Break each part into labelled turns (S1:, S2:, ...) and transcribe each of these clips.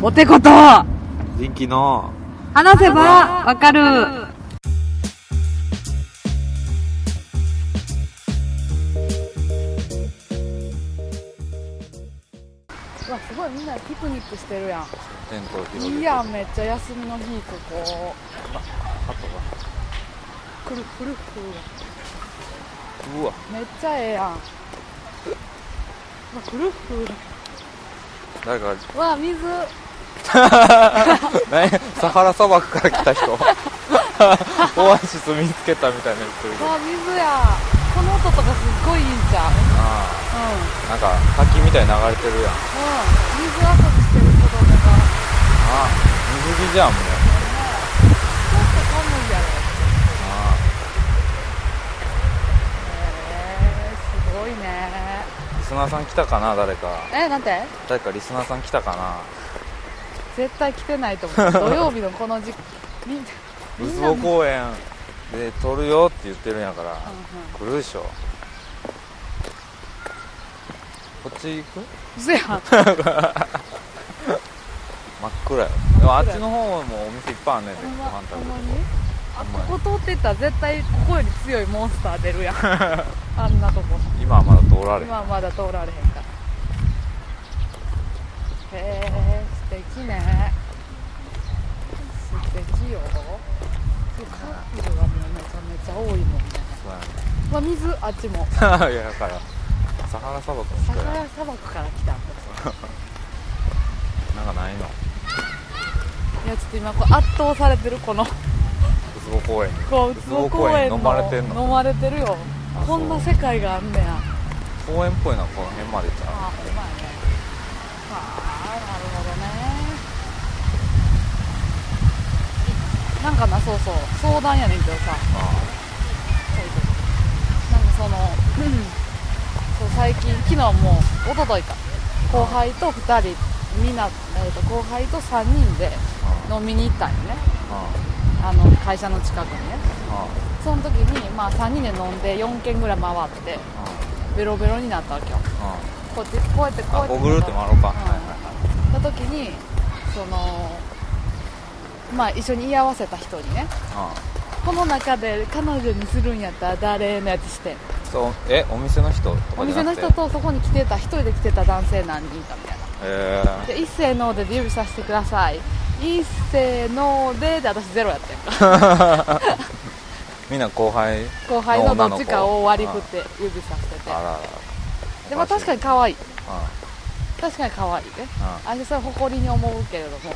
S1: モテこと
S2: 人気の
S1: 話せばわかる
S3: わすごいみんなでピクニックしてるやん
S2: テントを広げ
S3: い
S2: て
S3: いやんめっちゃ休みの日ここくるくるくる
S2: うわ
S3: めっちゃええやんわくるくる
S2: 誰か
S3: わ水
S2: 何 サハラ砂漠から来た人 オアシス見つけたみたいな言ってるけど
S3: わ水やこの音とかすっごいいいんちゃうう
S2: あ
S3: ん
S2: あなんか滝みたいに流れてるやん
S3: うん水遊びしてる子供が
S2: ああ水着じゃんもう
S3: ちょっと寒いやろ
S2: あ
S3: へえすごいね
S2: あリスナーさん来たかな誰か
S3: えなんて
S2: 誰かリスナーさん来たかな
S3: 絶対来てないと思う土曜日のこの時みんなみんな
S2: 渦尾公園で撮るよって言ってるんやから
S3: うんうん
S2: 来るでしょこっち行く
S3: 嘘やん
S2: 真っ暗よでもあ
S3: 真っ暗や
S2: っちの方もお店いっぱいあんねんで
S3: ほ
S2: ご
S3: んま
S2: 飯食
S3: ほん
S2: べ
S3: ま
S2: る
S3: にあ
S2: ほんま
S3: ここ通っていったら絶対ここより強いモンスター出るやんあんなとこ
S2: とこ今はまだ通られへん
S3: 今はまだ通られへんからへえ素敵ね素敵よカップルがもうめちゃめちゃ多いもんね
S2: そうやね
S3: まあ水あっちも
S2: いやだからサハラ砂漠の
S3: サ
S2: 人
S3: ハ
S2: や
S3: ラ砂漠から来たんですよ
S2: なんかないの
S3: いやちょっと今こう圧倒されてるこの
S2: ウツボ公園
S3: こうウツボ公園の
S2: ウツボ公園飲まれてんの
S3: 飲まれてるよ
S2: あ
S3: こんな
S2: そう
S3: 世界があんねや
S2: 公園っぽいなこの辺まで行っ
S3: ああ、ほんまやね。ああ、なるほどね。
S2: たら
S3: なんかな、そうそう、相談やねんけどさ、
S2: あ
S3: なんかその、そう最近、昨日も、一昨日か、後輩と2人、みんな、えーと、後輩と3人で
S2: あ
S3: 飲みに行ったんよね、
S2: あ
S3: あの会社の近くにね。
S2: あ
S3: その時に、まあ、3人で飲んで、4軒ぐらい回って、
S2: あ
S3: ベロベロになったわけよ。
S2: あ
S3: こうやって、こうやって、こう
S2: あ
S3: や
S2: あ
S3: って。
S2: ゴグルって回ろうかはい
S3: うんの時にそのまあ一緒に居合わせた人にね
S2: はいはい
S3: この中で彼女にするんやったら誰のやつして
S2: そうえお店の人と
S3: お
S2: かじ
S3: 店
S2: ゃ
S3: の
S2: なくて
S3: 人とそこに来てた一人で来てた男性何人かみたいな
S2: ええ
S3: で一斉のでで指さしてください一斉のでで私ゼロやったやんか
S2: みんな後輩
S3: 後輩のどっちかを割り振っ
S2: あ
S3: て指さしてて
S2: あらら
S3: でも確か
S2: に
S3: に可愛い
S2: あ
S3: 確かに可愛いね
S2: あ
S3: 私それ誇りに思うけれども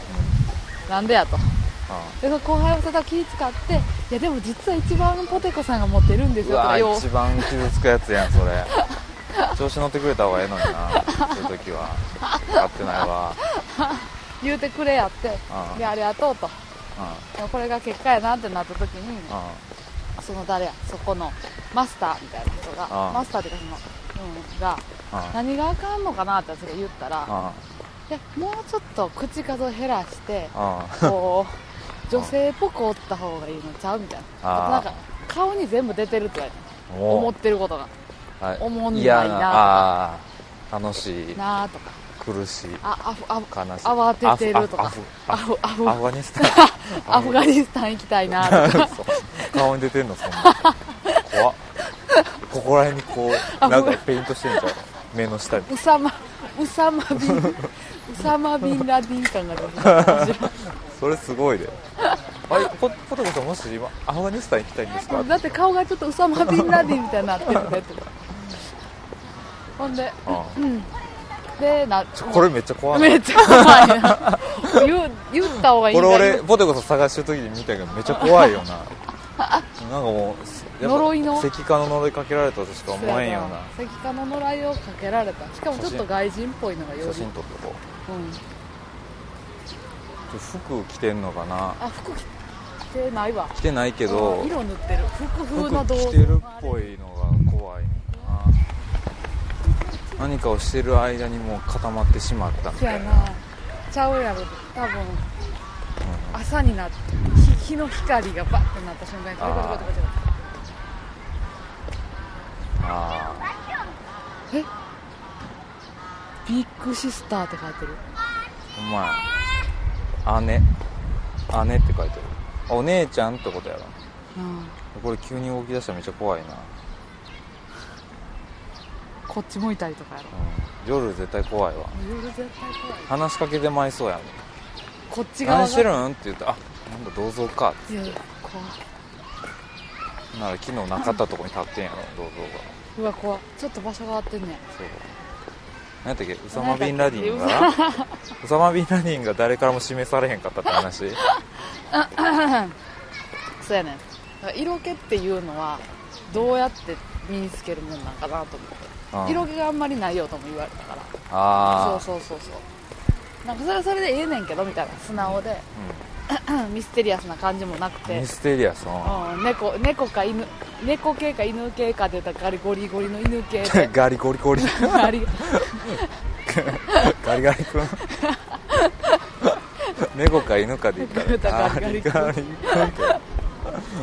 S3: なんでやと
S2: あ
S3: でその後輩はただ気使って「いやでも実は一番ポテコさんが持ってるんです
S2: う
S3: よ」と
S2: わ
S3: かよ
S2: 一番傷つくやつやんそれ調子乗ってくれた方がええのになそういう時は買ってないわ
S3: 言うてくれやって
S2: あ
S3: 「
S2: あ
S3: でありがとう」と
S2: あ
S3: 「でもこれが結果やな」ってなった時に
S2: あ
S3: その誰やそこのマスターみたいな人が
S2: ああ
S3: マスターっていうかその、うん、が
S2: あ
S3: 何があかんのかなって私が言ったら
S2: あ
S3: 「いやもうちょっと口数を減らして
S2: あ
S3: こう 女性っぽくおった方がいいのちゃう?」みたいな
S2: ああ
S3: なんか顔に全部出てるって言われた
S2: あ
S3: 思
S2: も
S3: ってることが
S2: うはい
S3: おもんないな
S2: 嫌ああ楽しい
S3: なあとか
S2: 苦しい
S3: ああふあふ
S2: 悲しい
S3: 慌ててると
S2: ア
S3: か
S2: フ
S3: ア
S2: アフ
S3: フアフ
S2: アフアフガニスタン
S3: アフガ
S2: ニ
S3: ニスタン行きたいなと か
S2: ン顔に出てんのそんな怖っここら辺にこうなんかペイントしてんじゃん目の下に
S3: ウサマウサマビンウサマビンラディン感が出てきた面
S2: それすごいであれポポテコさんもし今アフガニスタン行きたいんです
S3: 白
S2: か
S3: いだって顔がちょっとウサマビンラディンみたいになってるねとかほんで
S2: あ
S3: でな
S2: あこれめっちゃ怖い
S3: めっちゃ怖いな言う言った方がいい
S2: こ
S3: ん
S2: れ
S3: だ
S2: 俺ポテコさん探してる時に見たけどめっちゃ怖いよななんかもうやっぱ
S3: 呪いの
S2: 石化の呪いかけられたとしか思えんような
S3: 石化の呪いをかけられたしかもちょっと外人っぽいのがより
S2: 写真撮っとこ
S3: うん、
S2: う服着てんのかな
S3: あ服着てないわ
S2: 着てないけ
S3: あ
S2: ど
S3: ー色塗ってる服風の
S2: 服
S3: 道
S2: 着てるっぽいのが怖いのかな何かをしてる間にもう固まってしまったみ
S3: そ
S2: た
S3: や
S2: いな
S3: なちゃうやろ多分朝になって日日の光がバッてなった瞬間にこれこれこれこれこ
S2: あ
S3: れビッグシスターって書いてる
S2: あほんまや姉姉って書いてるあお姉ちゃんってことやろ
S3: うん
S2: これ急に動き出したらめっちゃ怖いな、う
S3: こっち向いたりとかやろ
S2: ん、夜絶対怖いわ
S3: 夜絶対怖い
S2: 話しかけてまいそうやん
S3: こっち側が
S2: 何してるんって言ってあなんだ銅像かっ
S3: いやいや怖い
S2: てなら昨日なかったとこに立ってんやろ銅像が
S3: うわ怖いちょっと場所が合ってんね
S2: そう何やったっけウサマ・ビンラディンがウサマ・ビンラディンが誰からも示されへんかったって 話
S3: そうやねんだから色気っていうのはどうやって身につけるもんなんかなと思って
S2: うん
S3: 色気があんまりないよとも言われたから
S2: ああ
S3: そうそうそうそうなんかそれはそれでええねんけどみたいな素直でミステリアスな感じもなく
S2: うん
S3: て
S2: ミステリアスの
S3: うん、猫猫か犬猫系か犬系かで言ったらガリゴリゴリの犬系 で
S2: ガリゴリゴリ
S3: あり
S2: ガリガリ 君猫か犬かで言ったら
S3: ガリガリ君
S2: ガリ君っ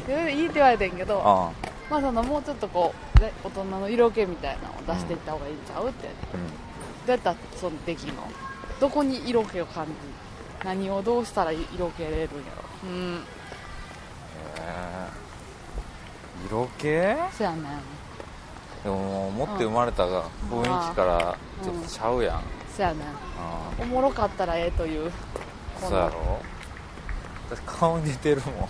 S2: て
S3: でいいって言われてんけど
S2: あ
S3: まあそのもうちょっとこうね大人の色気みたいなのを出していった方がいいんちゃうってど
S2: あうん
S3: うやったらそのできんのどこに色気を感じる何をどうしたら色気得れるんやろうん
S2: へー色気で
S3: そやねん
S2: ももう持って生まれたが雰囲気からちょっとちゃうやん、
S3: そやね
S2: あ
S3: んおもろかったらええという
S2: ーそうやろ私顔似てるもん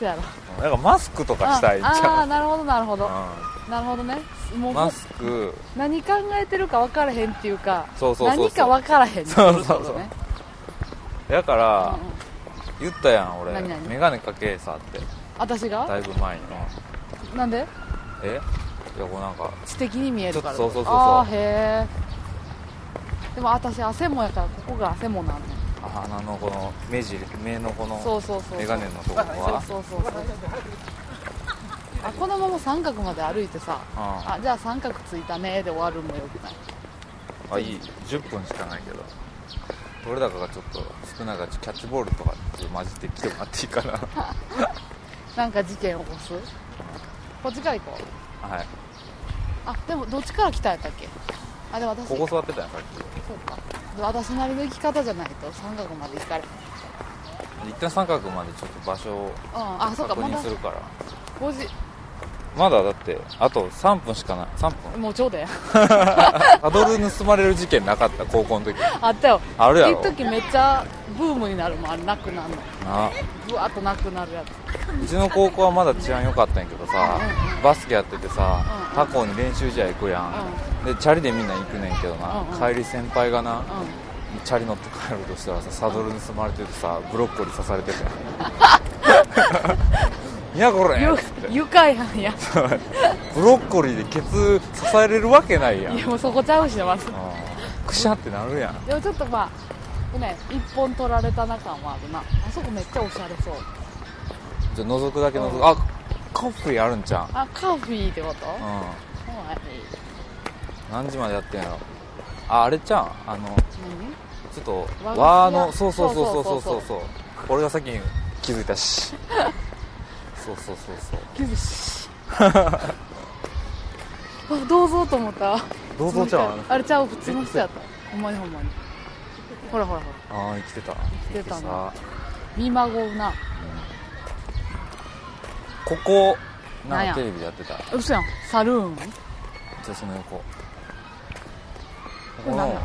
S3: そやろ
S2: なんかマスクとかしたいんち
S3: ああー
S2: ゃ
S3: なるほどなるほ
S2: う
S3: どなるほどねも
S2: う
S3: うん
S2: マスク
S3: 何考えてるか分からへんっていうか
S2: そうそうそうそう
S3: 何か分からへんってい
S2: そうそうそう
S3: ことね
S2: だか
S3: うんう
S2: ら
S3: ん
S2: 言ったやん俺
S3: 何々
S2: 眼鏡かけさって
S3: 私
S2: だ
S3: が
S2: いぶ前にな
S3: なんで
S2: えいやこうなんか
S3: 知的に見えるから
S2: そうそうそうそう
S3: ああへえでも私汗もやからここが汗もなんねん
S2: あ鼻のこの目尻目のこの
S3: そうそうそう
S2: 眼鏡のとこ
S3: そう
S2: は
S3: そうそうそうあこのまま三角まで歩いてさ
S2: うんあ
S3: あじゃあ三角ついたねで終わるのよくない
S2: いい10分しかないけど俺らがちょっと少ないからキャッチボールとかって混じって来てもらっていい かな
S3: なんか事件起こすこっちから行こう
S2: はい
S3: あでもどっちから来たんやったっけあでも私
S2: ここ座ってたやんさっ
S3: そうかで私なりの生き方じゃないと三角まで行かれへん
S2: き一旦三角までちょっと場所を
S3: うんあそう
S2: 確
S3: かま
S2: 認
S3: だ
S2: するから
S3: 5時
S2: まだだってあと3分しかない3分
S3: もうちょうだよ
S2: サドル盗まれる事件なかった高校の時
S3: あったよ
S2: あるやろ
S3: 一時めっちゃブームになるもんあれなくなるの
S2: な
S3: ぶわっとなくなるやつ
S2: うちの高校はまだ治安良かったんやけどさバスケやっててさ他校に練習試合行くやんでチャリでみんな行くねんけどな
S3: うんうん
S2: 帰り先輩がな
S3: う
S2: チャリ乗って帰ろうとしたらさサドル盗まれててさブロッコリー刺されてて いやこれ
S3: んゆ
S2: っつって
S3: 愉快犯や
S2: ブロッコリーでケツ支えれるわけないやん
S3: いやもうそこちゃうします
S2: うんくしゃってなるやん
S3: でもちょっとまあね一本取られたな感はあるなあそこめっちゃおしゃれそう
S2: じゃあ覗くだけ覗
S3: うん
S2: くあカフェあるんちゃ
S3: あカフィーってこと
S2: う
S3: は
S2: う
S3: い
S2: ん何時までやってんやろああれちゃんあの
S3: 何
S2: ちょっと
S3: 和菓子屋
S2: 和のそうそうそうそうそう
S3: そ
S2: そう
S3: そう
S2: うそう俺が先に気づいた しそうそうそうそう
S3: キズシ あどうぞと思った
S2: 銅像ちゃん
S3: あれちゃう普通の人やったほんまにほんまにほらほらほら
S2: ああ生きてた
S3: 生きてたな
S2: さ
S3: 見まごうな
S2: ここ
S3: なん
S2: なん
S3: や
S2: かテレビでやってた
S3: 嘘やんサルーン
S2: じゃあその横こ
S3: こ
S2: こ
S3: れ
S2: の
S3: 何
S2: 分
S3: なん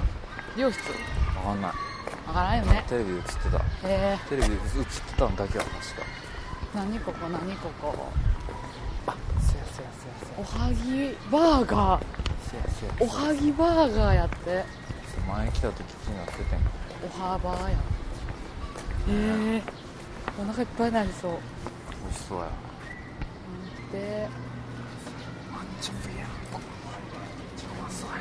S3: 良質
S2: かんない
S3: わからんよね
S2: テレビで映ってた
S3: え
S2: テレビで映ってたんだけは確か
S3: ー、何ここ何ここ
S2: せやせやせや
S3: おはぎバーガー
S2: せやせや
S3: おはぎバーガーやって
S2: 前来た時気になっててん
S3: おはバーやええー、お腹いっぱいになりそう
S2: 美味しそうや
S3: で
S2: ちょっとやちょっとそうや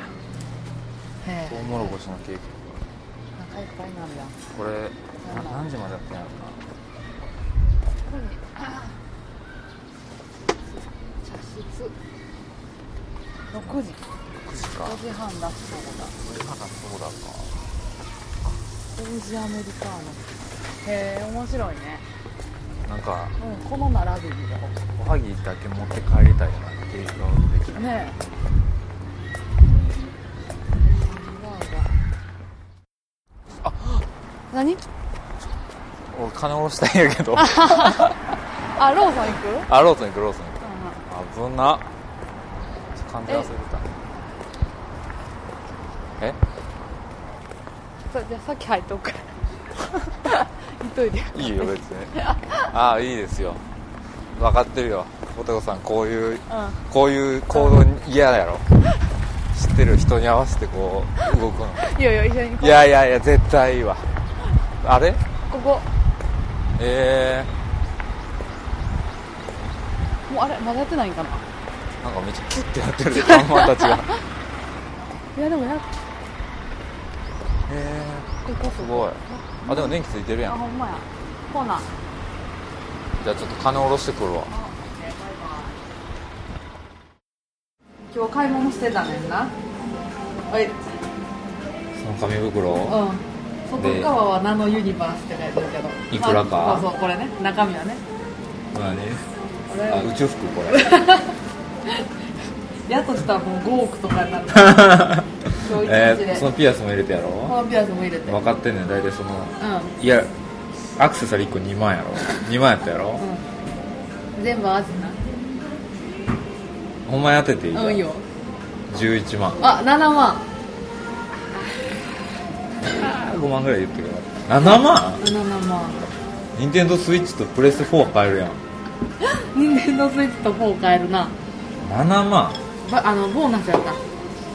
S3: え
S2: トウモロコシのケーキ
S3: お腹いっぱいになるやん
S2: これな何時までやってんやろな
S3: 茶室6時
S2: 9時か
S3: 5時半ラストだ
S2: 9時半そうだか
S3: オージアメリカーノへえ面白いね
S2: なんか
S3: うんこの並び見た方がい
S2: おはぎだけ持って帰りたいなケーキができない
S3: いねえハンバーガー何
S2: 俺金下ろしたいんやけ ど
S3: あローソン行く、うんうん、
S2: あローソン行くローソン行く危なちょっと完全忘れてたえ
S3: そじゃあさっき入っとくから 行っといて
S2: いいよ別にああいいですよ分かってるよ男さんこうい
S3: う
S2: う
S3: ん
S2: こういう行動嫌や ろ知ってる人に合わせてこう動くの
S3: いいよいいよ一緒にこ
S2: いやいやいや絶対いいわあれ
S3: ここ
S2: え
S3: もうあれまだやってないんかな
S2: ー、なんかめっちゃキュッてやってるで看板たち が
S3: いやでもやっ
S2: え
S3: ここ
S2: ー、すごいあでも電気ついてるや
S3: あ
S2: ん
S3: ほんまやほな
S2: じゃあちょっと金下ろしてくるわ
S3: 今日買い物してたねんなはい
S2: その紙袋
S3: うん外側はナノユニバースって書いてるけど
S2: いくらか
S3: まあそうそうこれね中身はね
S2: 何
S3: これ
S2: あ宇宙服こ れ
S3: やとしたらもう5億とかにな ってる今日一
S2: え
S3: 日で、
S2: ー、そのピアスも入れてや
S3: こ
S2: ろ
S3: のピアスも入れて
S2: 分かってんねん大体その
S3: う
S2: いやアクセサリー1個2万やろ2万やったや ろ
S3: ん全部アジ
S2: ほんまに当てていいじ
S3: な
S2: ゃ
S3: うんんいいよ
S2: 11万
S3: あ7万
S2: 5万ぐらい言ってください7万
S3: 7万
S2: 任天堂スイッチとプレス4買えるやん
S3: 任天堂スイッチと4買えるな
S2: 7万
S3: ばあのボーナスやった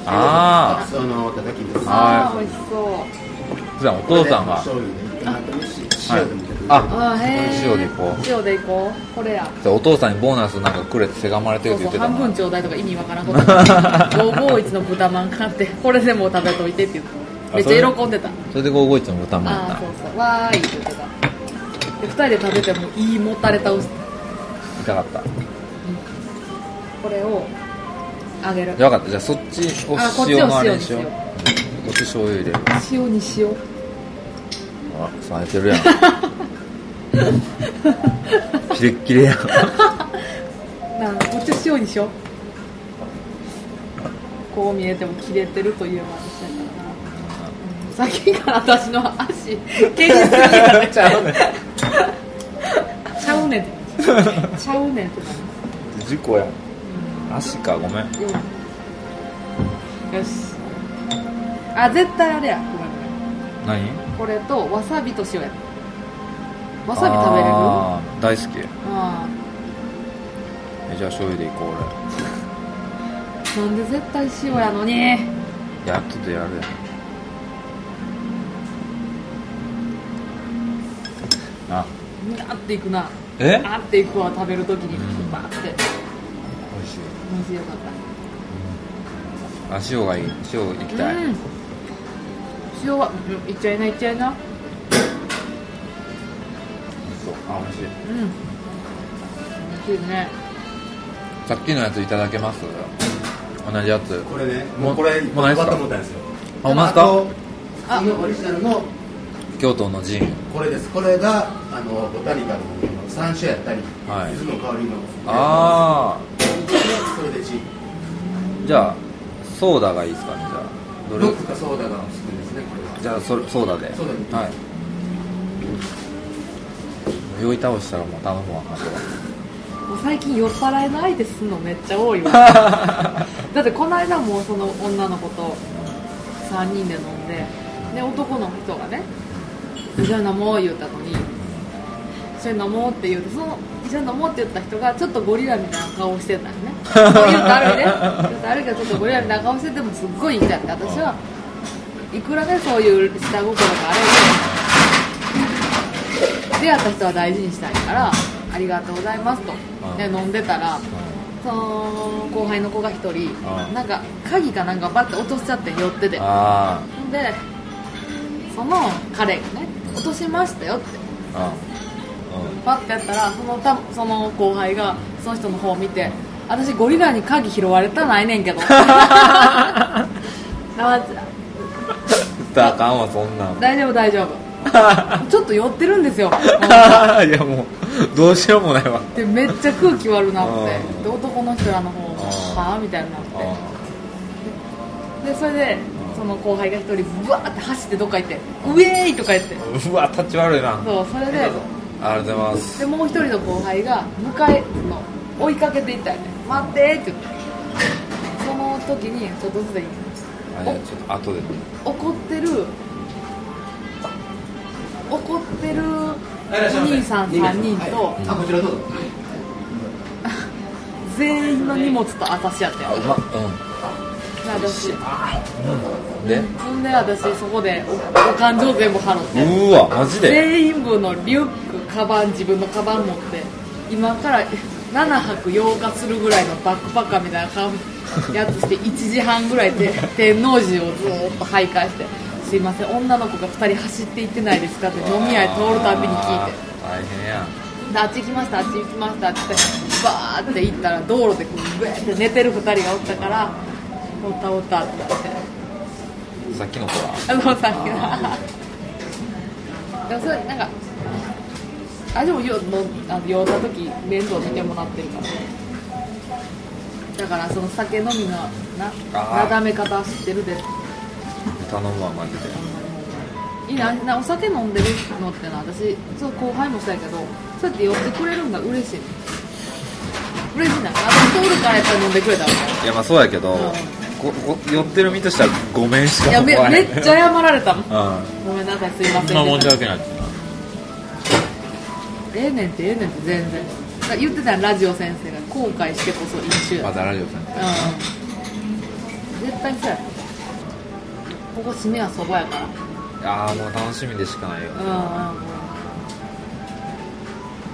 S2: あ
S4: その叩きです。
S2: あ
S3: あー美味しそう
S2: あじゃあお父さんが
S4: 醤油で。あと塩でも結構入れる
S2: あ
S3: あーへー
S2: 塩でいこう
S3: 塩でいこうこれや
S2: じゃあお父さんにボーナスなんかくれってせがまれてる
S3: そ
S2: っ
S3: うそ
S2: て言
S3: う
S2: ってた
S3: 半
S2: な
S3: 分ちょうだいとか意味わからんこと551の豚まん買ってこれでもう食べといてって言ってめっちゃ喜んでた
S2: それで551の豚まんや
S3: ああそ
S2: っ
S3: うそうわーいって言ってたで2人で食べてもいいもたれ倒して
S2: た痛かった
S3: これをあげる
S2: じゃあ分かったじゃあそっちを
S3: あこっちを
S2: 塩のあれにしよう
S3: 塩に
S2: こっち醤油入れる
S3: 塩に塩
S2: あ冴えて るやんキレッキレやん
S3: なんかこっち塩にしようこう見えても切れてるといえば私だからなうんさっきから私の足気にしすぎたね
S2: ちゃうね
S3: ちゃうねんってちゃうねんってな
S2: 事故やん足かごめ
S3: よ
S2: ん
S3: よしあ絶対あれやごめんごめ
S2: 何
S3: んこれとわさびと塩やわさび食べれるあ
S2: あー大好き
S3: あ
S2: えじゃあ醤油でいこう俺
S3: ーなんで絶対塩やのに
S2: いや後でやるやんあ
S3: なっていくな
S2: え
S3: あっていくわ食べるとき
S2: うん
S3: にバーって
S2: 美味しい
S3: 美味しいよかっ
S2: あ塩がいい塩いき
S3: た
S2: たい、
S3: うん塩はうんいっちゃいないいっちゃいな
S2: そうあ美味しい
S3: うん美味しいね
S2: さっきのやついただけます同じやつ
S4: これね、
S2: もう
S4: もうこれ、
S2: もうないっすか
S4: バッと持ったんですよ。
S2: あほんまっすか
S4: あと、次のオリジナルの
S2: 京都のジン
S4: これです。これが、あの、ボタニカルの山椒やったり、
S2: はい
S4: 柚子の香りの。
S2: ああ
S4: あ。それでチー
S2: じゃあソーダがいいですかねじゃあど
S4: ズ。
S2: れ
S4: ロックかソーダが好きですね、これは。
S2: じゃあそソーダで
S4: ソーダで
S2: はい酔い倒したらもう頼むわあとは
S3: もう最近酔っ払いの相手すんのめっちゃ多いわだってこの間もその女の子と3人で飲んでで男の人がね「一緒に飲もう」言ったのに「一緒に飲もう」って言うてその一緒に飲もうって言った人がちょっとゴリラみたいな顔してたのねそういうとあるねちょっとあるけどちょっとゴリラみたいな顔しててもすっごいいいんだって私はいくらねそういう下心があれで出会った人は大事にしたいからありがとうございますと
S2: うん
S3: で飲んでたらその後輩の子が一人
S2: うん
S3: なんか鍵かなんかバッて落としちゃって寄っててで
S2: あ
S3: その彼がね落としましたよって
S2: ーあ
S3: パッてやったらそのたその後輩がその人の方を見て私ゴリラに鍵拾われたないねんけ どなわ
S2: うん歌あかんわそん なん
S3: 大丈夫大丈夫 ちょっと寄ってるんですよ
S2: いやもうどうしようもないわ
S3: でめっちゃ空気悪なって
S2: うん
S3: で男の人らの方も
S2: ん
S3: はあみたいになっ
S2: あ
S3: てでそれでそその後輩が一人ブワーって走ってどっか行って「ウェーイ!」とか言って
S2: うわタッチ悪いな
S3: そうそれで
S2: ありがとうございます
S3: でもう一人の後輩が迎えその追いかけていったよね「待って!」って言ってその時にちょっとずつでいい
S2: あじゃあちょっと後で
S3: 怒ってる怒ってるお兄さん3人と
S4: あこちらどうぞ
S3: 全員の荷物と私やったよ
S2: うま
S3: で私
S2: うんで
S3: ほんで私そこでおお勘定全部払って
S2: うわマジで
S3: 全員分のリュックカバン自分のカバン持って今から7泊8日するぐらいのバックパッカーみたいな感じやつして1時半ぐらいで天王寺をずーっと徘徊して「すいません女の子が2人走っていってないですか?」って飲み屋へ通るたびに聞いて
S2: 大変やん
S3: であっち行きましたあっち行きましたって言ってバーって行ったら道路でこうブエーって寝てる2人がおったから「おったおった」ってなって
S2: さっきの子は
S3: あのさっきのでもそれなんかあでもよのあの酔った時面倒見てもらってるからだからその酒飲みのな
S2: あー
S3: なだめ方知ってるで
S2: 頼むわマジで
S3: いいななお酒飲んでるのってな私そう後輩もそうやけどそうやって寄ってくれるんが嬉しい嬉しいな私通るからやっぱり飲んでくれたわ
S2: いやまあそうやけど、ここ寄ってる身としてはごめんしか
S3: いや
S2: 思
S3: め
S2: わへ
S3: め
S2: ん
S3: っちゃ謝られたもん
S2: うん
S3: ごめんなさいすいません
S5: そんな申し訳ないです
S3: ええねんってええねんって全然だから言ってたやんラジオ先生が後悔してこそ一周
S2: まだラジオさん
S3: うん絶対そうやここ締めはそばやから
S2: ああもう楽しみでしかないよ
S3: うんうんうん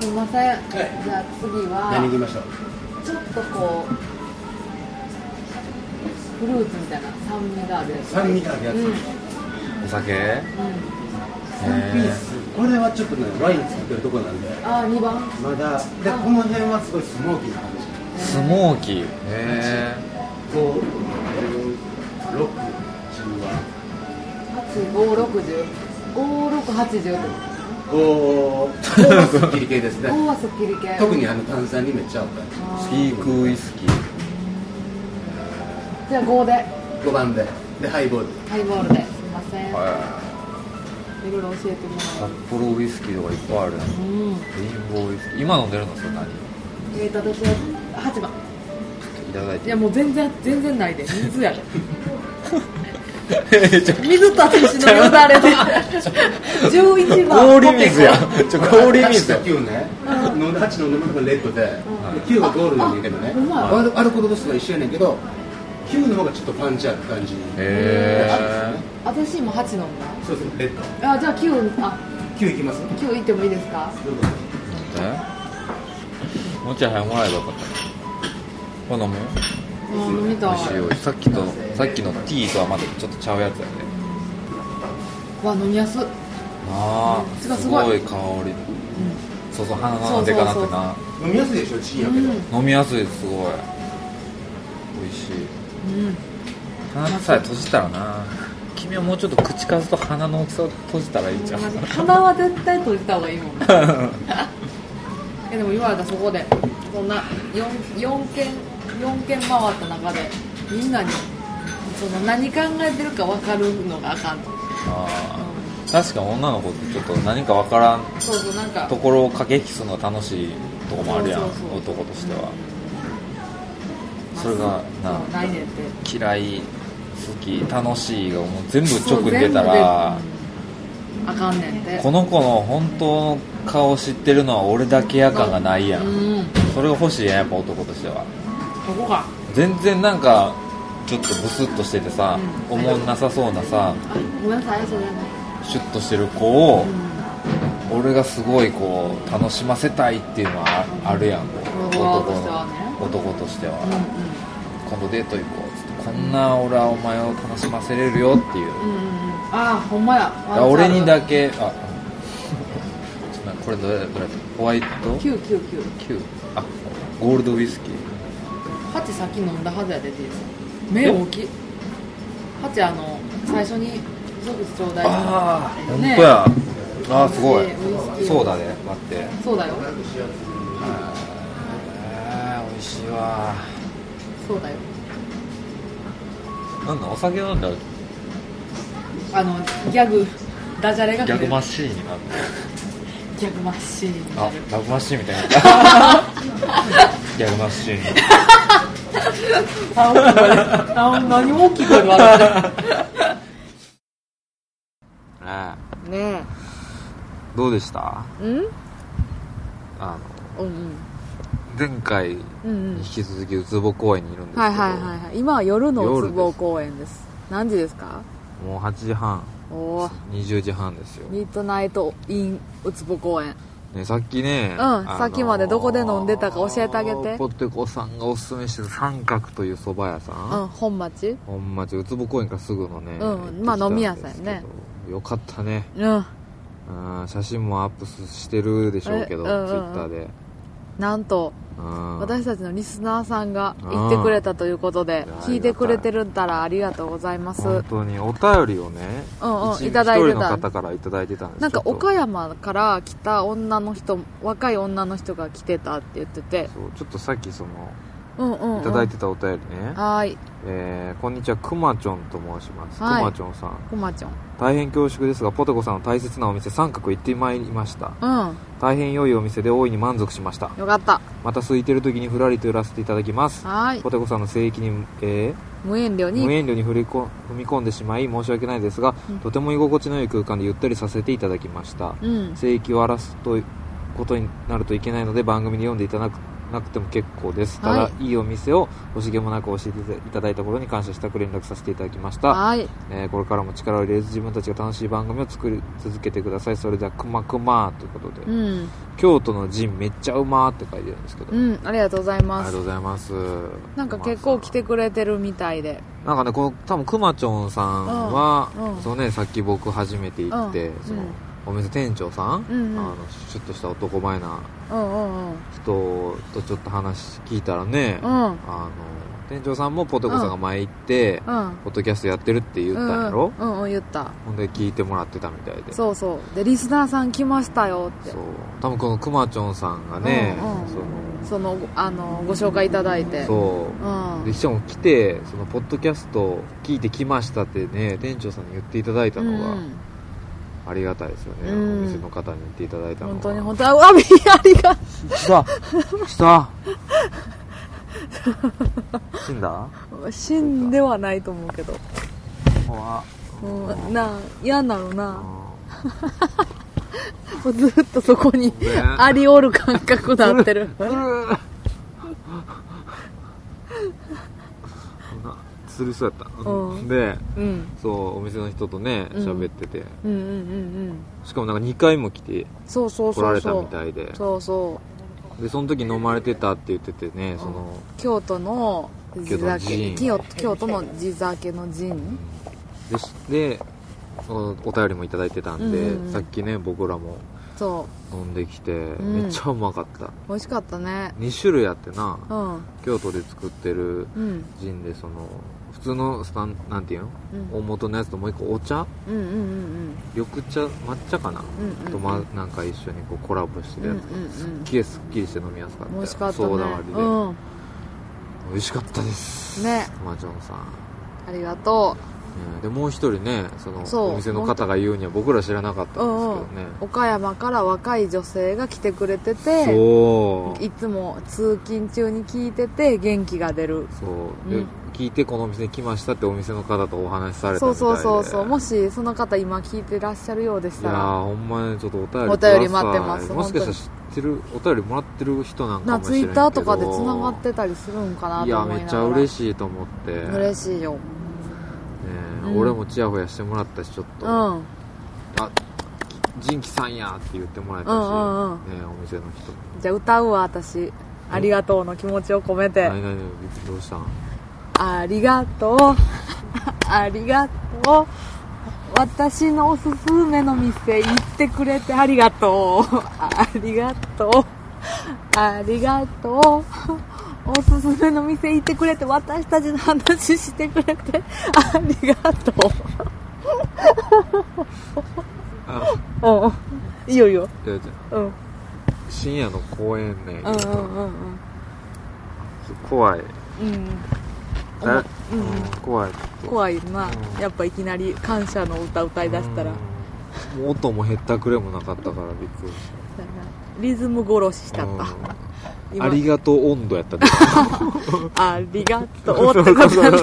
S3: すいません、じゃあ次
S4: 何行き
S3: は
S4: ました
S3: ちょっとこうフルーツみたいな酸味があるやつ
S4: 酸味があるやつ
S3: うんうん
S2: お酒へ
S4: 三ピースこれはちょっとねワイン作ってるとこなんで
S3: ああ2番
S4: まだでこの辺はすごいスモーキーな感じ
S2: スモーキーへえ
S4: こうロック中は
S3: 85605680
S4: こうこうはすっきり系ですね
S3: 5はすっきり系
S4: 特にあの炭酸にめっちゃ合った
S3: あー
S2: ピークウイスキー
S3: じゃあ5で
S4: 5番ででハイボール
S3: ハイボールですいません、、
S2: はい
S3: ろいろ教えてもら
S2: 札
S3: う
S2: 幌ウイスキーとかいっぱいあるやん
S3: うん
S2: レインボーウイスキー今飲んでるのそれ何
S3: えーと私は8番
S2: いただい
S3: い
S2: て
S3: やもう全然全然ないで水 やで
S2: え ちょ
S3: 水と私のよだれで 11番
S2: 氷水やちょ氷水
S4: 8と9ね飲んで8の飲むのがレッドでで9がゴールドなんだけどね
S3: ああうまい
S4: あるアルコール度数が一緒やねんけど9の方がちょっとパンチある感じ
S2: へー
S3: 私も8飲む
S4: そうそうレッド
S3: なあじゃあ9あ
S4: 9いきます
S3: 9いってもいいですか
S4: どうぞ
S2: えもうちょい早くもらえばよかったこれ飲む
S3: もう飲み
S2: 美
S3: たい
S2: 味しい美味しいさっきとさっきのティーとはまたちょっとちゃうやつやね
S3: わ飲みやす
S2: ああ
S3: すごい
S2: す
S3: すごい
S2: ごい香りそうそう鼻の出かなってな
S4: 飲みやすいでしょチンやけど
S2: 飲みやすいですすごい美味しい
S3: うん
S2: 鼻さえ閉じたらな君はもうちょっと口数と鼻の大きさを閉じたらいいじゃん
S3: マジ鼻は絶対閉じた方がいいもんえでも言われたそこでそんな 4, 4軒4軒回った中でみんなにその何考えてるか分かるのがあかんと、
S2: あー確かに女の子ってちょっと何かわからん
S3: そうそうなんか
S2: ところを駆け引きするのが楽しいとこもあるやん
S3: そうそうそう
S2: 男としてはそ
S3: まあ
S2: れがな
S3: そうないねんって
S2: 嫌い好き楽しいがもう全部直に出た
S3: そ
S2: ら
S3: う全部出あかんねんって
S2: この子の本当の顔を知ってるのは俺だけや感がないや
S3: うんん
S2: それが欲しいやんやっぱ男としては
S3: そこが
S2: 全然なんかちょっとブスッとしててさ、
S3: うん
S2: おもんなさそうなさ
S3: あごめんなさいそうじゃない
S2: シュッとしてる子を
S3: う
S2: 俺がすごいこう楽しませたいっていうのはああるやん
S3: 男と
S2: 男
S3: してはね
S2: の男としては、
S3: んうん
S2: 今度デート行こうっつってこんな俺はお前を楽しませれるよっていう、
S3: うんうんうんああほんまや
S2: だから俺にだけあちょっと待ってこれどれどれホワイト
S3: 999
S2: 9あゴールドウイスキー
S3: ハチさっき飲んだはずやでてィ目大きいハチあの最初に一口ちょうだい
S2: ああ本当
S3: ね
S2: やあーすご
S3: 美味しい美味し
S2: い
S3: い
S2: そうだね待って
S3: そうだよ
S2: あー美味しいわ
S3: そうだよ
S2: なんだお酒飲んだら
S3: あのギャグダジャレが
S2: ギャグマ
S3: シ
S2: シーンになって
S3: ギャグマシーンにな
S2: あ
S3: る
S2: ギャグマシーンみ たいなギャグマシーン
S3: あ大きい声であ何も大きい声で笑って
S2: ね
S3: ね
S2: どうでした
S3: えうん
S2: あの
S3: うん
S2: 前回に
S3: うんうん
S2: 引き続きウツボ公園にいるんですけど、
S3: はいはいはいはい今は夜のおつぼ公園です何時ですか
S2: もう8時半
S3: おお
S2: 20時半ですよ、ね、
S3: ミッドナイトインウツボ公園
S2: さっきね、
S3: うんさっきまでどこで飲んでたか教えてあげて
S2: ポッテコさんがおすすめしてた三角という蕎麦屋さ、
S3: うんん本町
S2: ほんまちウツボ公園からすぐのね、
S3: うん
S2: 行ってきたですけど
S3: まあ飲み屋さんやね
S2: よかったね
S3: うん
S2: うん写真もアップしてるでしょうけど、
S3: えうんうんうん
S2: ツイッターで、
S3: なんと
S2: うん、
S3: 私たちのリスナーさんが行ってくれたということで
S2: うん
S3: 聞いてくれてるんだらありがとうございます
S2: 本当にお便りをね、
S3: うんうん
S2: 一
S3: いただいてた
S2: 一人の方からいただいてたんです
S3: なんか
S2: ちょっと
S3: 岡山から来た女の人若い女の人が来てたって言ってて
S2: そうちょっとさっきその
S3: うんうん、うん、
S2: いただいてたお便りね、
S3: はーい
S2: えーこんにちはくまちょんと申します、
S3: はい
S2: くまちょんさん
S3: こまちゃん
S2: 大変恐縮ですがポテコさんの大切なお店三角行ってまいりました
S3: う
S2: 大変良いお店で大いに満足しました
S3: んよかった
S2: また空いてる時にふらりと寄らせていただきます
S3: はーい
S2: ポテコさんの聖域に、え
S3: 無遠慮
S2: ー無
S3: に
S2: 遠慮に振りこ踏み込んでしまい申し訳ないですが、
S3: うん
S2: とても居心地の良い空間でゆったりさせていただきました、
S3: うん
S2: 聖域を荒らすとことになるといけないので番組で読んでいただくなくても結構ですただ、、
S3: はい
S2: いお店を惜しげもなく教えていただいたことに感謝したく連絡させていただきました、
S3: はーい
S2: えーこれからも力を入れず自分たちが楽しい番組を作り続けてくださいそれではくまくまということで、
S3: うん
S2: 京都の陣めっちゃうまーって書いてるんですけど、
S3: うんありがとうござい
S2: あり
S3: ま
S2: がと
S3: す
S2: うございます
S3: なんか結構来てくれてるみたいで
S2: なんかねこの多分くまちょんさんは、
S3: うんうん
S2: そうねさっき僕初めて行って、
S3: うん
S2: その
S3: うん
S2: お店店長さん、
S3: うんうん
S2: あのシュッとした男前な
S3: うんうんうん
S2: 人とちょっと話聞いたらね、
S3: う
S2: あ
S3: ん
S2: の店長さんもポテコさんが前行って、
S3: うん
S2: ポッドキャストやってるって言ったんやろ、
S3: うんうん、うんうん、言った
S2: ほんで聞いてもらってたみたいで
S3: そうそうでリスナーさん来ましたよって
S2: そう多分このくまちょんさんがね、
S3: うんうんそのあのご紹介いただいて
S2: そのそうう、
S3: ん
S2: でしかも来てそのポッドキャスト聞いてきましたってね店長さんに言っていただいたのが
S3: うん
S2: ありがたいですよね、
S3: うん
S2: お店の方に言っていただいたのが
S3: 本当に本当にあうわみありが
S2: 来た来 た死んだ
S3: 死んではないと思うけど、
S2: 怖っ
S3: うん、なあ嫌なのな
S2: うん
S3: もうずっとそこに
S2: ごめん
S3: ありおる感覚になってる
S2: つるそうやった、
S3: うん
S2: で
S3: うん
S2: そうお店の人とね
S3: うん
S2: 喋ってて、
S3: うんうんうんうん
S2: しかもなんか2回も来て
S3: そうそう
S2: 来ら
S3: そう
S2: れた
S3: そ
S2: み
S3: う
S2: たいで
S3: そうそう
S2: でその時飲まれてたって言っててねその、
S3: 京都の地酒
S2: 京
S3: 京京都の地酒の陣
S2: でしでおお便りもいただいてたんで、
S3: うんうんうん
S2: さっきね僕らも
S3: そう
S2: 飲んできて、
S3: ん
S2: めっちゃうまかった
S3: 美味しかったね
S2: 2種類あってな、
S3: うん
S2: 京都で作って
S3: う
S2: る
S3: ん
S2: ジンでその普通のスタンなんていうの、
S3: うん
S2: 大元のやつともう一個お茶
S3: うんうんうん
S2: 緑茶抹茶かな、
S3: うんうんうん
S2: とまなんか一緒にこうコラボして
S3: うんう
S2: る
S3: んう
S2: や
S3: ん
S2: つ、すっげえすっきりして飲みやすかったよ
S3: 美味しかったね
S2: ソーダ割りで、
S3: うん
S2: 美味しかったです
S3: ね
S2: マジョンさん、
S3: ありがと
S2: うんでもう一人ねその
S3: そう
S2: お店の方が言うには僕ら知らなかったんで
S3: う
S2: すけ
S3: うん
S2: ど
S3: うん
S2: ね、
S3: 岡山から若い女性が来てくれてて
S2: そう
S3: いつも通勤中に聞いてて元気が出る
S2: そうで、
S3: うん
S2: 聞いてこのお店に来ましたってお店の方とお話しされた
S3: そう
S2: みたいで
S3: そうそうそうもしその方今聞いてらっしゃるようでし
S2: い
S3: た
S2: や
S3: ら
S2: ーほんまにちょっとお便り
S3: お
S2: ください
S3: 便り待ってます
S2: もしかしたら知ってるお便りもらってる人なんか
S3: な
S2: もし
S3: ツ
S2: れ
S3: イ
S2: ない
S3: ッターとかでつながってたりするんかなと思
S2: い
S3: いな
S2: や
S3: がら
S2: めっちゃ嬉
S3: し
S2: しいと思って、
S3: い
S2: ね
S3: 嬉しいよ
S2: え
S3: うん
S2: 俺もチヤホヤしてもらったしちょっと、
S3: うん
S2: あ
S3: うん
S2: ジンキさんやって言ってもらえたし、
S3: うんうんうん
S2: ねえお店の人も
S3: じゃあ歌うわ私ありがとうの気持ちを込めて
S2: 何々どうしたん
S3: ありがとう ありがとう私のおすすめの店行ってくれてありがとうありがとうありがとうおすすめの店行ってくれて私たちの話してくれてありがと
S2: あ
S3: ううんいいよいいよ
S2: じゃあじゃ
S3: うん
S2: あ深夜の公園
S3: う
S2: ね、
S3: んうんうんうん
S2: 怖い
S3: うん
S6: 思っ
S3: うんうん
S2: 怖い
S3: 怖いな
S2: うん
S3: やっぱいきなり感謝の歌歌いだしたら
S2: うんもう音もへったくれもなかったからびっく
S3: そうや
S2: りし
S3: なリズム殺ししち
S2: た
S3: ゃった
S2: うん
S3: 今
S2: ありがとう温度やったね
S3: ありがとうってことだね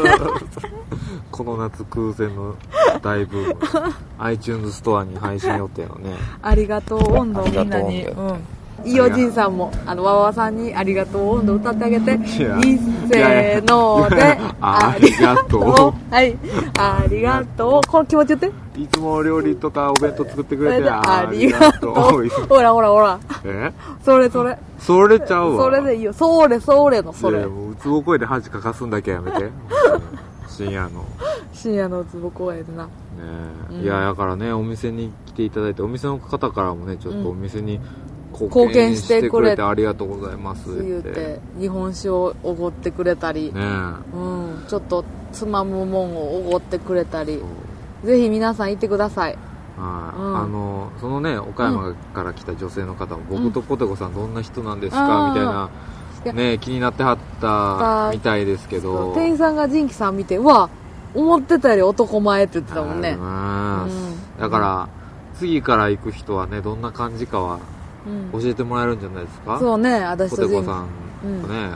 S2: この夏空前の大ブーム iTunes ストアに配信予定 のね
S3: ありがとう温度をみんな
S7: あ
S3: に
S7: りがとう
S3: うんいいおじいさんもあのわわさんにありがとう温度歌ってあげていいせ
S2: や
S3: ーの
S2: いやい
S3: で
S2: やありがとう
S3: はいありがとうこの気持ち言って
S2: いつも料理とかお弁当作ってくれて
S3: ありがとうほらほらほら
S2: え
S3: それそれ
S2: それちゃうわ
S3: それでいいよそれそれのそ
S2: い
S3: れ
S2: やもううつぼ声で恥かかすんだけやめてうん深夜のね
S3: 深夜のウツボ公園でな
S2: え、
S3: うん
S2: いやだからねお店に来ていただいてお店の方からもねちょっとお店に貢
S3: 貢
S2: 献
S3: 献
S2: し
S3: してて
S2: く
S3: く
S2: れ
S3: れ
S2: てありがとうございます
S3: 言
S2: 言っ
S3: う
S2: て
S3: て日本酒をおごってくれたり、
S2: ねえ
S3: うん、ちょっとつまむもんをおごってくれたり
S2: そう
S3: ぜひ皆さん行ってください
S2: はい、
S3: うん
S2: あのそのね岡山から来た女性の方も、僕とポテコさんどんな人なんです
S3: う
S2: か
S3: ん
S2: みたいない
S3: や
S2: ねえ気になってはったみたいですけど
S3: 店員さんが仁キさん見てうわ思ってたより男前って言ってたもん
S2: あ
S3: ね
S2: ります
S3: うん
S2: だから次から行く人はねどんな感じかは
S3: うん
S2: 教えてもらえるんじゃないですか
S3: そうね私
S2: ポ
S3: と
S2: テ
S3: 仁
S2: コ
S3: キ
S2: さ
S3: さん
S2: んとね、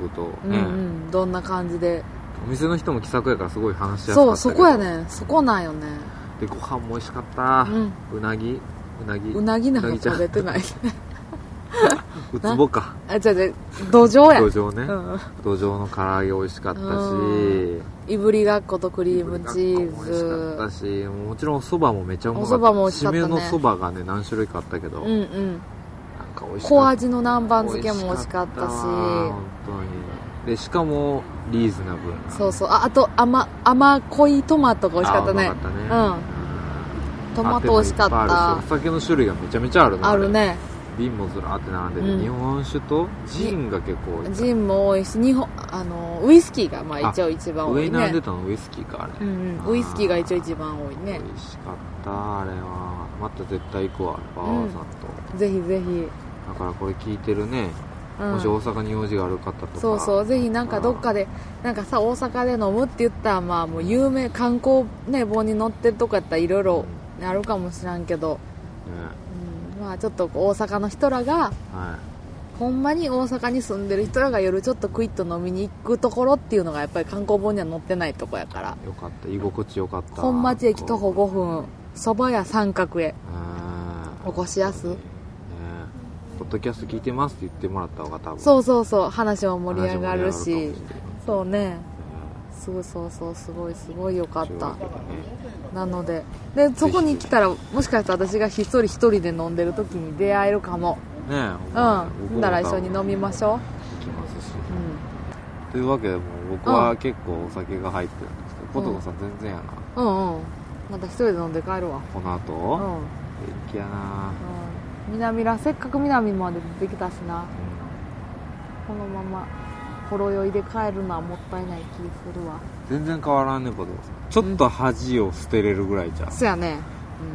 S2: 僕と
S3: うん
S2: ね、
S3: うん、どんな感じで
S2: お店の人も気さくやからすごい話しやすかったけ
S3: そ
S2: ど
S3: うそこやねそこなんよね
S2: でご飯も美味しかった、
S3: うん
S2: うなぎうなぎ
S3: うなぎなん
S2: うなぎちゃ
S3: か
S2: ん
S3: 食べてない
S2: うつぼか
S3: あ違う違う土壌や
S2: 土壌ね、
S3: うん
S2: 土壌の唐揚げ美味しかったし、
S3: うんいぶりがっことクリームチー
S2: 美味しかっ
S3: ズ
S2: たしもちろんおそばもめちゃうまかった
S3: お蕎麦も美味しかったね
S2: 締めのそばがね何種類かあったけど、
S3: うんうん
S2: なんか美味しかった
S3: 小味の南蛮漬けも美味しかったし
S2: わ本当にでしかもリーズナブルな
S3: そうそうああと甘甘濃いトマトが美味しかったね
S2: あうまかったね
S3: うんトマト美味しかっ
S2: あでもいぱいあるしお酒の種類がめちゃめちゃある
S3: た
S2: な
S3: あるね
S2: 瓶もずらーって並んでて、
S3: うん
S2: 日本酒とジンが結構多い
S3: ジンも多いし日本あのウイスキーがまあ一応一番多
S2: 上に
S3: い
S2: 並ん
S3: ね
S2: でたのウイスキーかあれ、
S3: うんうんウイスキーが一応一番多いね
S2: 美味しかったあれはまた絶対行くわバーワーさんと、
S3: ぜひぜひ
S2: だからこれ聞いてるね、
S3: うん
S2: もし大阪に用事がある方とか
S3: そうそうぜひなんかどっかでなんかさ大阪で飲むって言ったらまあもう有名観光ね本に載ってるとかやったらいろいろあるかもしらんけど、
S2: ね
S3: うん、まあちょっとこう大阪の人らが
S2: は
S3: ほんまに大阪に住んでる人らが夜ちょっとクイッと飲みに行くところっていうのがやっぱり観光本には載ってないとこやから
S2: いよかった居心地よかった
S3: 本町駅徒歩5分蕎麦屋三角へ
S2: うん
S3: お越しやす
S2: ねポッドキャスト聞いてますって言ってもらった方が多分
S3: そううそうそう話も盛り上がるしそうね
S2: う
S3: すごいそうそうすごいすごいよか
S2: あ
S3: ったなのででそこに来たらもしかしたら私がひっそり一人で飲んでる時に出会えるかも
S2: ねえ
S3: うん
S2: 僕も
S3: ほんなら一緒に飲みましょ
S2: 行きますし
S3: う
S2: というわけでもう僕は結構お酒が入ってるんですけどポトコさん全然やな
S3: うんうんうんまた一人で飲んで帰るわ
S2: この
S3: うん、う
S2: 後
S3: ん、
S2: 元気やな
S3: 南らせっかく南まで出てきたしな
S2: うん
S3: このままほろ酔いで帰るのはもったいない気するわ
S2: 全然変わらんねポトコさんちょっと恥を捨てれるぐらいじゃん
S3: そやね、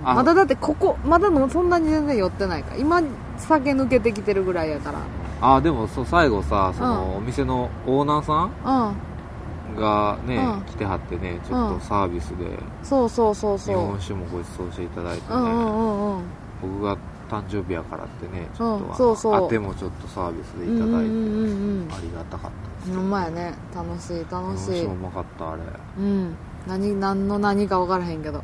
S3: うん
S2: あ
S3: まだだってここまだのそんなに全然酔ってないから今酒抜けてきてるぐらいやから
S2: あでもそう最後さそのお店のオーナーさん
S3: うん
S2: がね、
S3: うん
S2: 来てはってねちょっとサービスで
S3: そうそうそう
S2: 日
S3: そう
S2: 本酒もご馳走していただいてね、
S3: うんうんうんうん
S2: 僕が誕生日やからってねちょっと、
S3: うんそうそう
S2: あてもちょっとサービスでいただい
S3: うん
S2: て、
S3: うんうん
S2: ありがたかったです
S3: うんうまいね楽しい楽し
S2: 日
S3: い
S2: 本酒うまかったあれ、うん
S3: うん何何の何か分からへんけど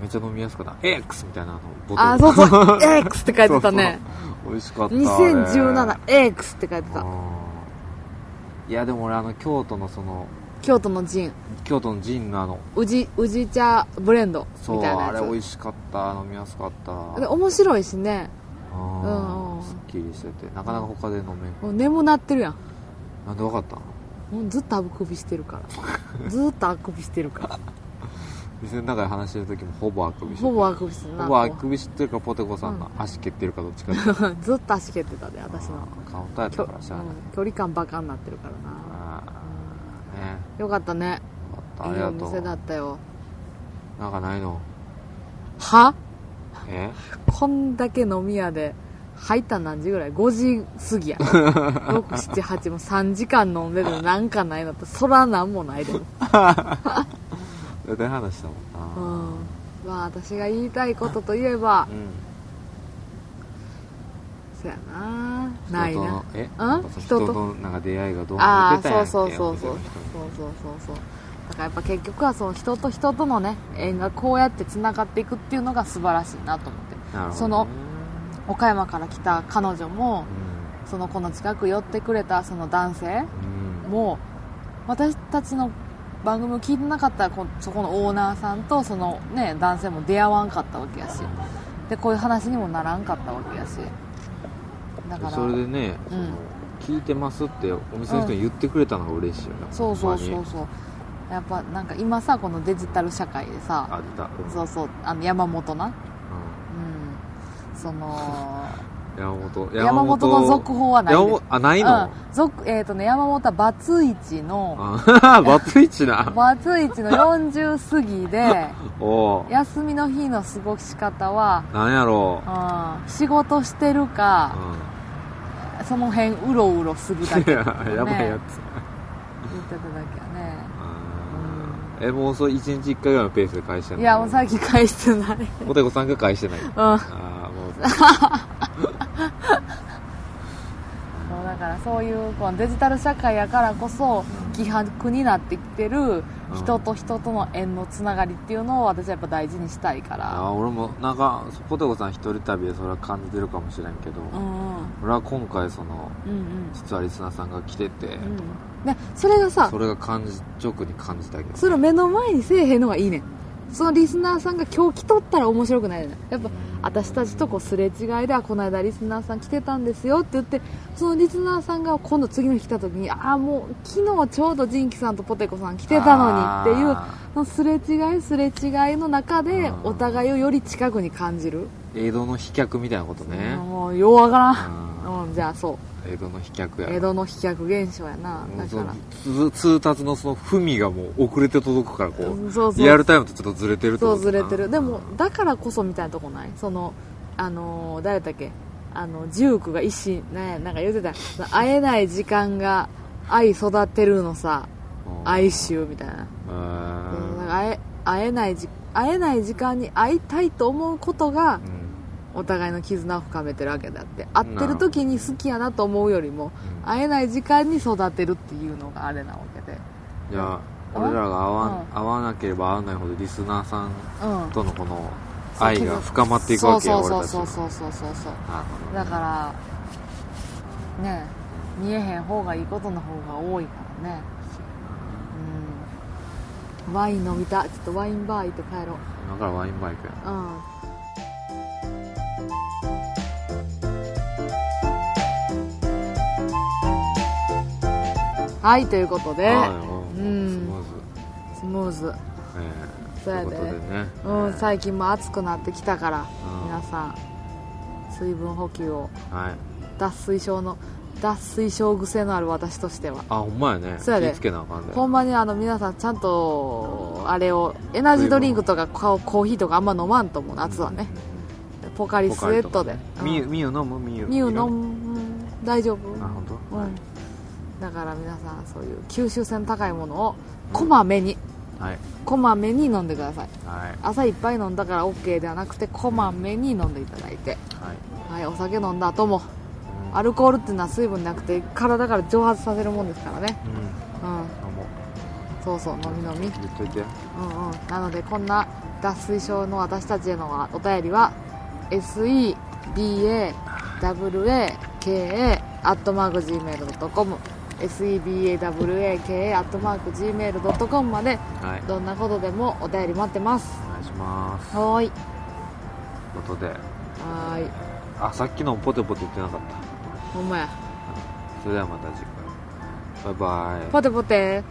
S2: めっちゃ飲みやすかった X みたいなあのボ
S3: あそう
S2: う
S3: そう X って書いてたね
S2: そう そう美味しかったあれ
S3: 2017X って書いて
S2: う
S3: た
S2: んいやでも俺あの京都のその
S3: 京都のジン
S2: 京都のジンのあの
S3: 宇治宇治茶ブレンド
S2: そ
S3: み
S2: う
S3: たいな
S2: あ
S3: や
S2: れ
S3: つ
S2: 美味しかった飲みやすかった
S3: で面白いしねうん
S2: あ
S3: うん
S2: ーすっきりしててなかなか他で飲めん
S3: もう眠なってるやん
S2: なんでわかったの
S3: もうずっとあくびしてるから ずっとあくびしてるから
S2: 店の中で話してる時もほぼあくびして
S3: ほ
S2: る
S3: ぼあくびしてるな
S2: ほぼあくびしてるかポテコさんの足蹴ってるかどっちかで
S3: ずっと足蹴ってたで私の
S2: カウンターやっ
S3: きょ
S2: たからしゃあない
S3: うん距離感バカになってるからな
S2: あーね
S3: よかったね
S2: よかったあ
S3: い
S2: り
S3: いお
S2: がと
S3: 店
S2: う
S3: だったよ
S2: なんかないの
S3: は
S2: え
S3: こんだけ飲み屋で入ったん何時ぐらい ?5 時過 ぎや。6、7、8も3時間飲んでるなんかないのって、そらなんも ないでも。
S2: 大体話したもんな
S3: うん。まあ私が言いたいことといえば、そやな
S2: 人と
S3: ないな。
S2: え
S3: うん
S2: 人
S3: 人
S2: と
S3: と
S2: のなんか出会いがどうな
S3: あ
S2: って
S3: あ
S2: たんや
S3: そ
S2: ん
S3: うそうそうそうそう
S2: って
S3: そうそうそうだからやっぱ結局はその人と人とのね縁がこうやってつながっていくっていうのが素晴らしいなと思って
S2: なるほどね
S3: その岡山から来た彼女も
S2: う
S3: その子の近く寄ってくれたその男性
S2: んうん
S3: も私たちの番組を聞いてなかったらこそこのオーナーさんとそのね男性も出会わんかったわけやしでこういう話にもならんかったわけやしだから
S2: それでね、その
S3: うん
S2: 聞いてますってお店の人に言ってくれたのが嬉しいよね、
S3: そうそうそ
S2: ほんま
S3: う
S2: に
S3: そうやっぱなんか今さこのデジタル社会でさ
S2: あ出たうん
S3: そうそうあの山本な
S2: う
S3: うんその
S2: ん 山本
S3: 山本の続報はない
S2: 山
S3: で
S2: 本あない
S3: う
S2: の、
S3: ん続えっ、とね山本はバツイチの
S2: あ バツイチな
S3: バツイチの40過ぎで
S2: おう
S3: 休みの日の過ごし方は、
S2: なんやろ
S3: うん、仕事してる
S2: う、
S3: か
S2: う
S3: その辺うろうろするだ
S2: ん、い
S3: け
S2: ややばいやつ、
S3: 言ってただけやね
S2: あーえもうそう一日一回ぐらいのペースで返してない
S3: いやもう最近返してない
S2: おたこさんが返してない
S3: うん
S2: ああもう
S3: そうだからそういうこうデジタル社会やからこそ希薄になってきてる人と人との縁のつながりっていうのを私はやっぱ大事にしたいか
S2: あ
S3: ら
S2: ー俺もなんかポテコさん一人旅でそれは感じてるかもしれんけど、
S3: うんうん
S2: 俺は今回その
S3: うん
S2: 実はリスナーさんが来てて、
S3: うんでそれがさ
S2: それが感じ直に感じたけど
S3: それを目の前にせえへんのがいいねんそのリスナーさんが今日来とったら面白くないねんやっぱ私たちとこうすれ違いであこの間リスナーさん来てたんですよって言ってそのリスナーさんが今度次の日来た時にああもう昨日ちょうどジンキさんとポテコさん来てたのにっていう
S2: あ
S3: そのすれ違いすれ違いの中で
S2: うん
S3: お互いをより近くに感じる、
S2: ー江戸の飛脚みたいなことね、
S3: もうようわからん、
S2: あ
S3: うん、じゃあそう
S2: ー江戸の飛脚や
S3: 江戸の飛脚現象やな
S2: もう
S3: だ
S2: そ
S3: か
S2: の
S3: ら
S2: つ通達のその文がもう遅れて届くからこ
S3: う
S2: うん
S3: そうそう
S2: リアルタイムとちょっとずれてるって
S3: そ
S2: こ
S3: う
S2: と
S3: ずれてるで
S2: かな
S3: もだからこそみたいなとこないそのあのー誰だっけあのジュークが一心なんやなんか言ってたその会えない時間が愛育てるのさ
S2: うん
S3: 哀愁みたいな,、
S2: う
S3: うん、なん
S2: ん
S3: か会え会えないじ会えない時間に会いたいと思うことが、お互いの絆を深めてるわけだって会ってる時に好きやなと思うよりも
S2: うん
S3: 会えない時間に育てるっていうのがあれなわけで
S2: いや俺らが合わ,、
S3: うん
S2: ん、合わなければ合わないほどリスナーさん
S3: うん
S2: とのこの愛が深まっていくわけよ
S3: そう
S2: 俺
S3: そう
S2: たち
S3: そ
S2: の
S3: うそうそうそうそう
S2: なるほどね
S3: だからねえ見えへん方がいいことの方が多いからねうんワイン飲みたいちょっとワインバー行って帰ろう
S2: 今からワインバイクや
S3: うんはいということで、
S2: はい
S3: うん
S2: スムーズ
S3: スムーズ
S2: ええ
S3: そうやで
S2: ということでね
S3: うん、
S2: え
S3: 最近も暑くなってきたから、
S2: うん
S3: 皆さん水分補給を
S2: えはい
S3: 脱水症の脱水症癖のある私としては
S2: あほんまやね
S3: そうやで
S2: 気ぃつけなあかんで
S3: ほんまにあの皆さんちゃんとあれをエナジードリンクとかココーヒーとかあんま飲まんと思う夏はね、ポカリスエットでうん
S2: みゆみゆ飲むみゆ
S3: ミューの、
S2: む
S3: うん、大丈夫
S2: あ本当
S3: うんだから皆さんそういう吸収性の高いものをこまめに
S2: はい
S3: こまめに飲んでください
S2: はい
S3: 朝いっぱい飲んだから OK ではなくてこまめに飲んでいただいて、
S2: は
S3: は
S2: い
S3: い、お酒飲んだ後も
S2: うん
S3: アルコールっていうのは水分なくて体から蒸発させるもんですからね
S2: うん
S3: うん
S2: 飲もう
S3: そうそう飲み飲み
S2: 言っといて
S3: うんうんなのでこんな脱水症の私たちへのお便りは sebawaka.gmail.com sebawaka.gmail.com まで
S2: はい
S3: どんなことでもお便り待ってます
S2: お願いします
S3: はーい
S2: ということで
S3: はーい
S2: あさっきのポテポテ言ってなかった
S3: ほんまや
S2: それではまた次回バイバイ
S3: ポテポテ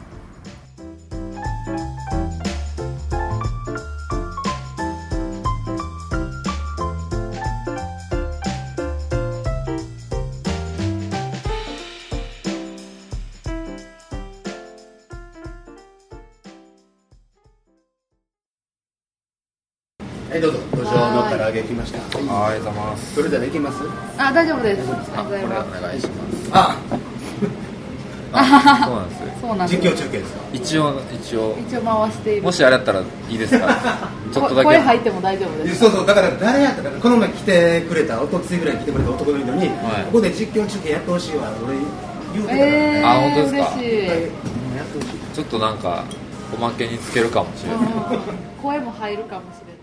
S4: はい、どうぞ、土壌の唐揚げ来ました。
S8: ありがとうござい ます
S4: それではいきます。
S3: あ、大丈夫です。
S4: あ、これお願いします。
S2: そうなんですよ
S3: そうなんです
S4: 実。況中継ですか。
S2: 一応一応
S3: 一応回している。
S2: もしあれだったらいいです かちょっとだ
S3: こ
S2: け
S3: れ入っても大丈夫です。
S4: そうそう、だから誰やったかな、この前来てくれた、おとついぐらいに来てくれた男の人に、
S2: はい
S4: ここで実況中継やってほしいわ、俺言うてたから
S3: え
S4: ね。
S3: ー、
S2: あ本当ですか
S3: 嬉しい。
S4: やってほしい。
S2: ちょっとなんかおまけにつけるかもしれない
S3: 声も入るかもしれない。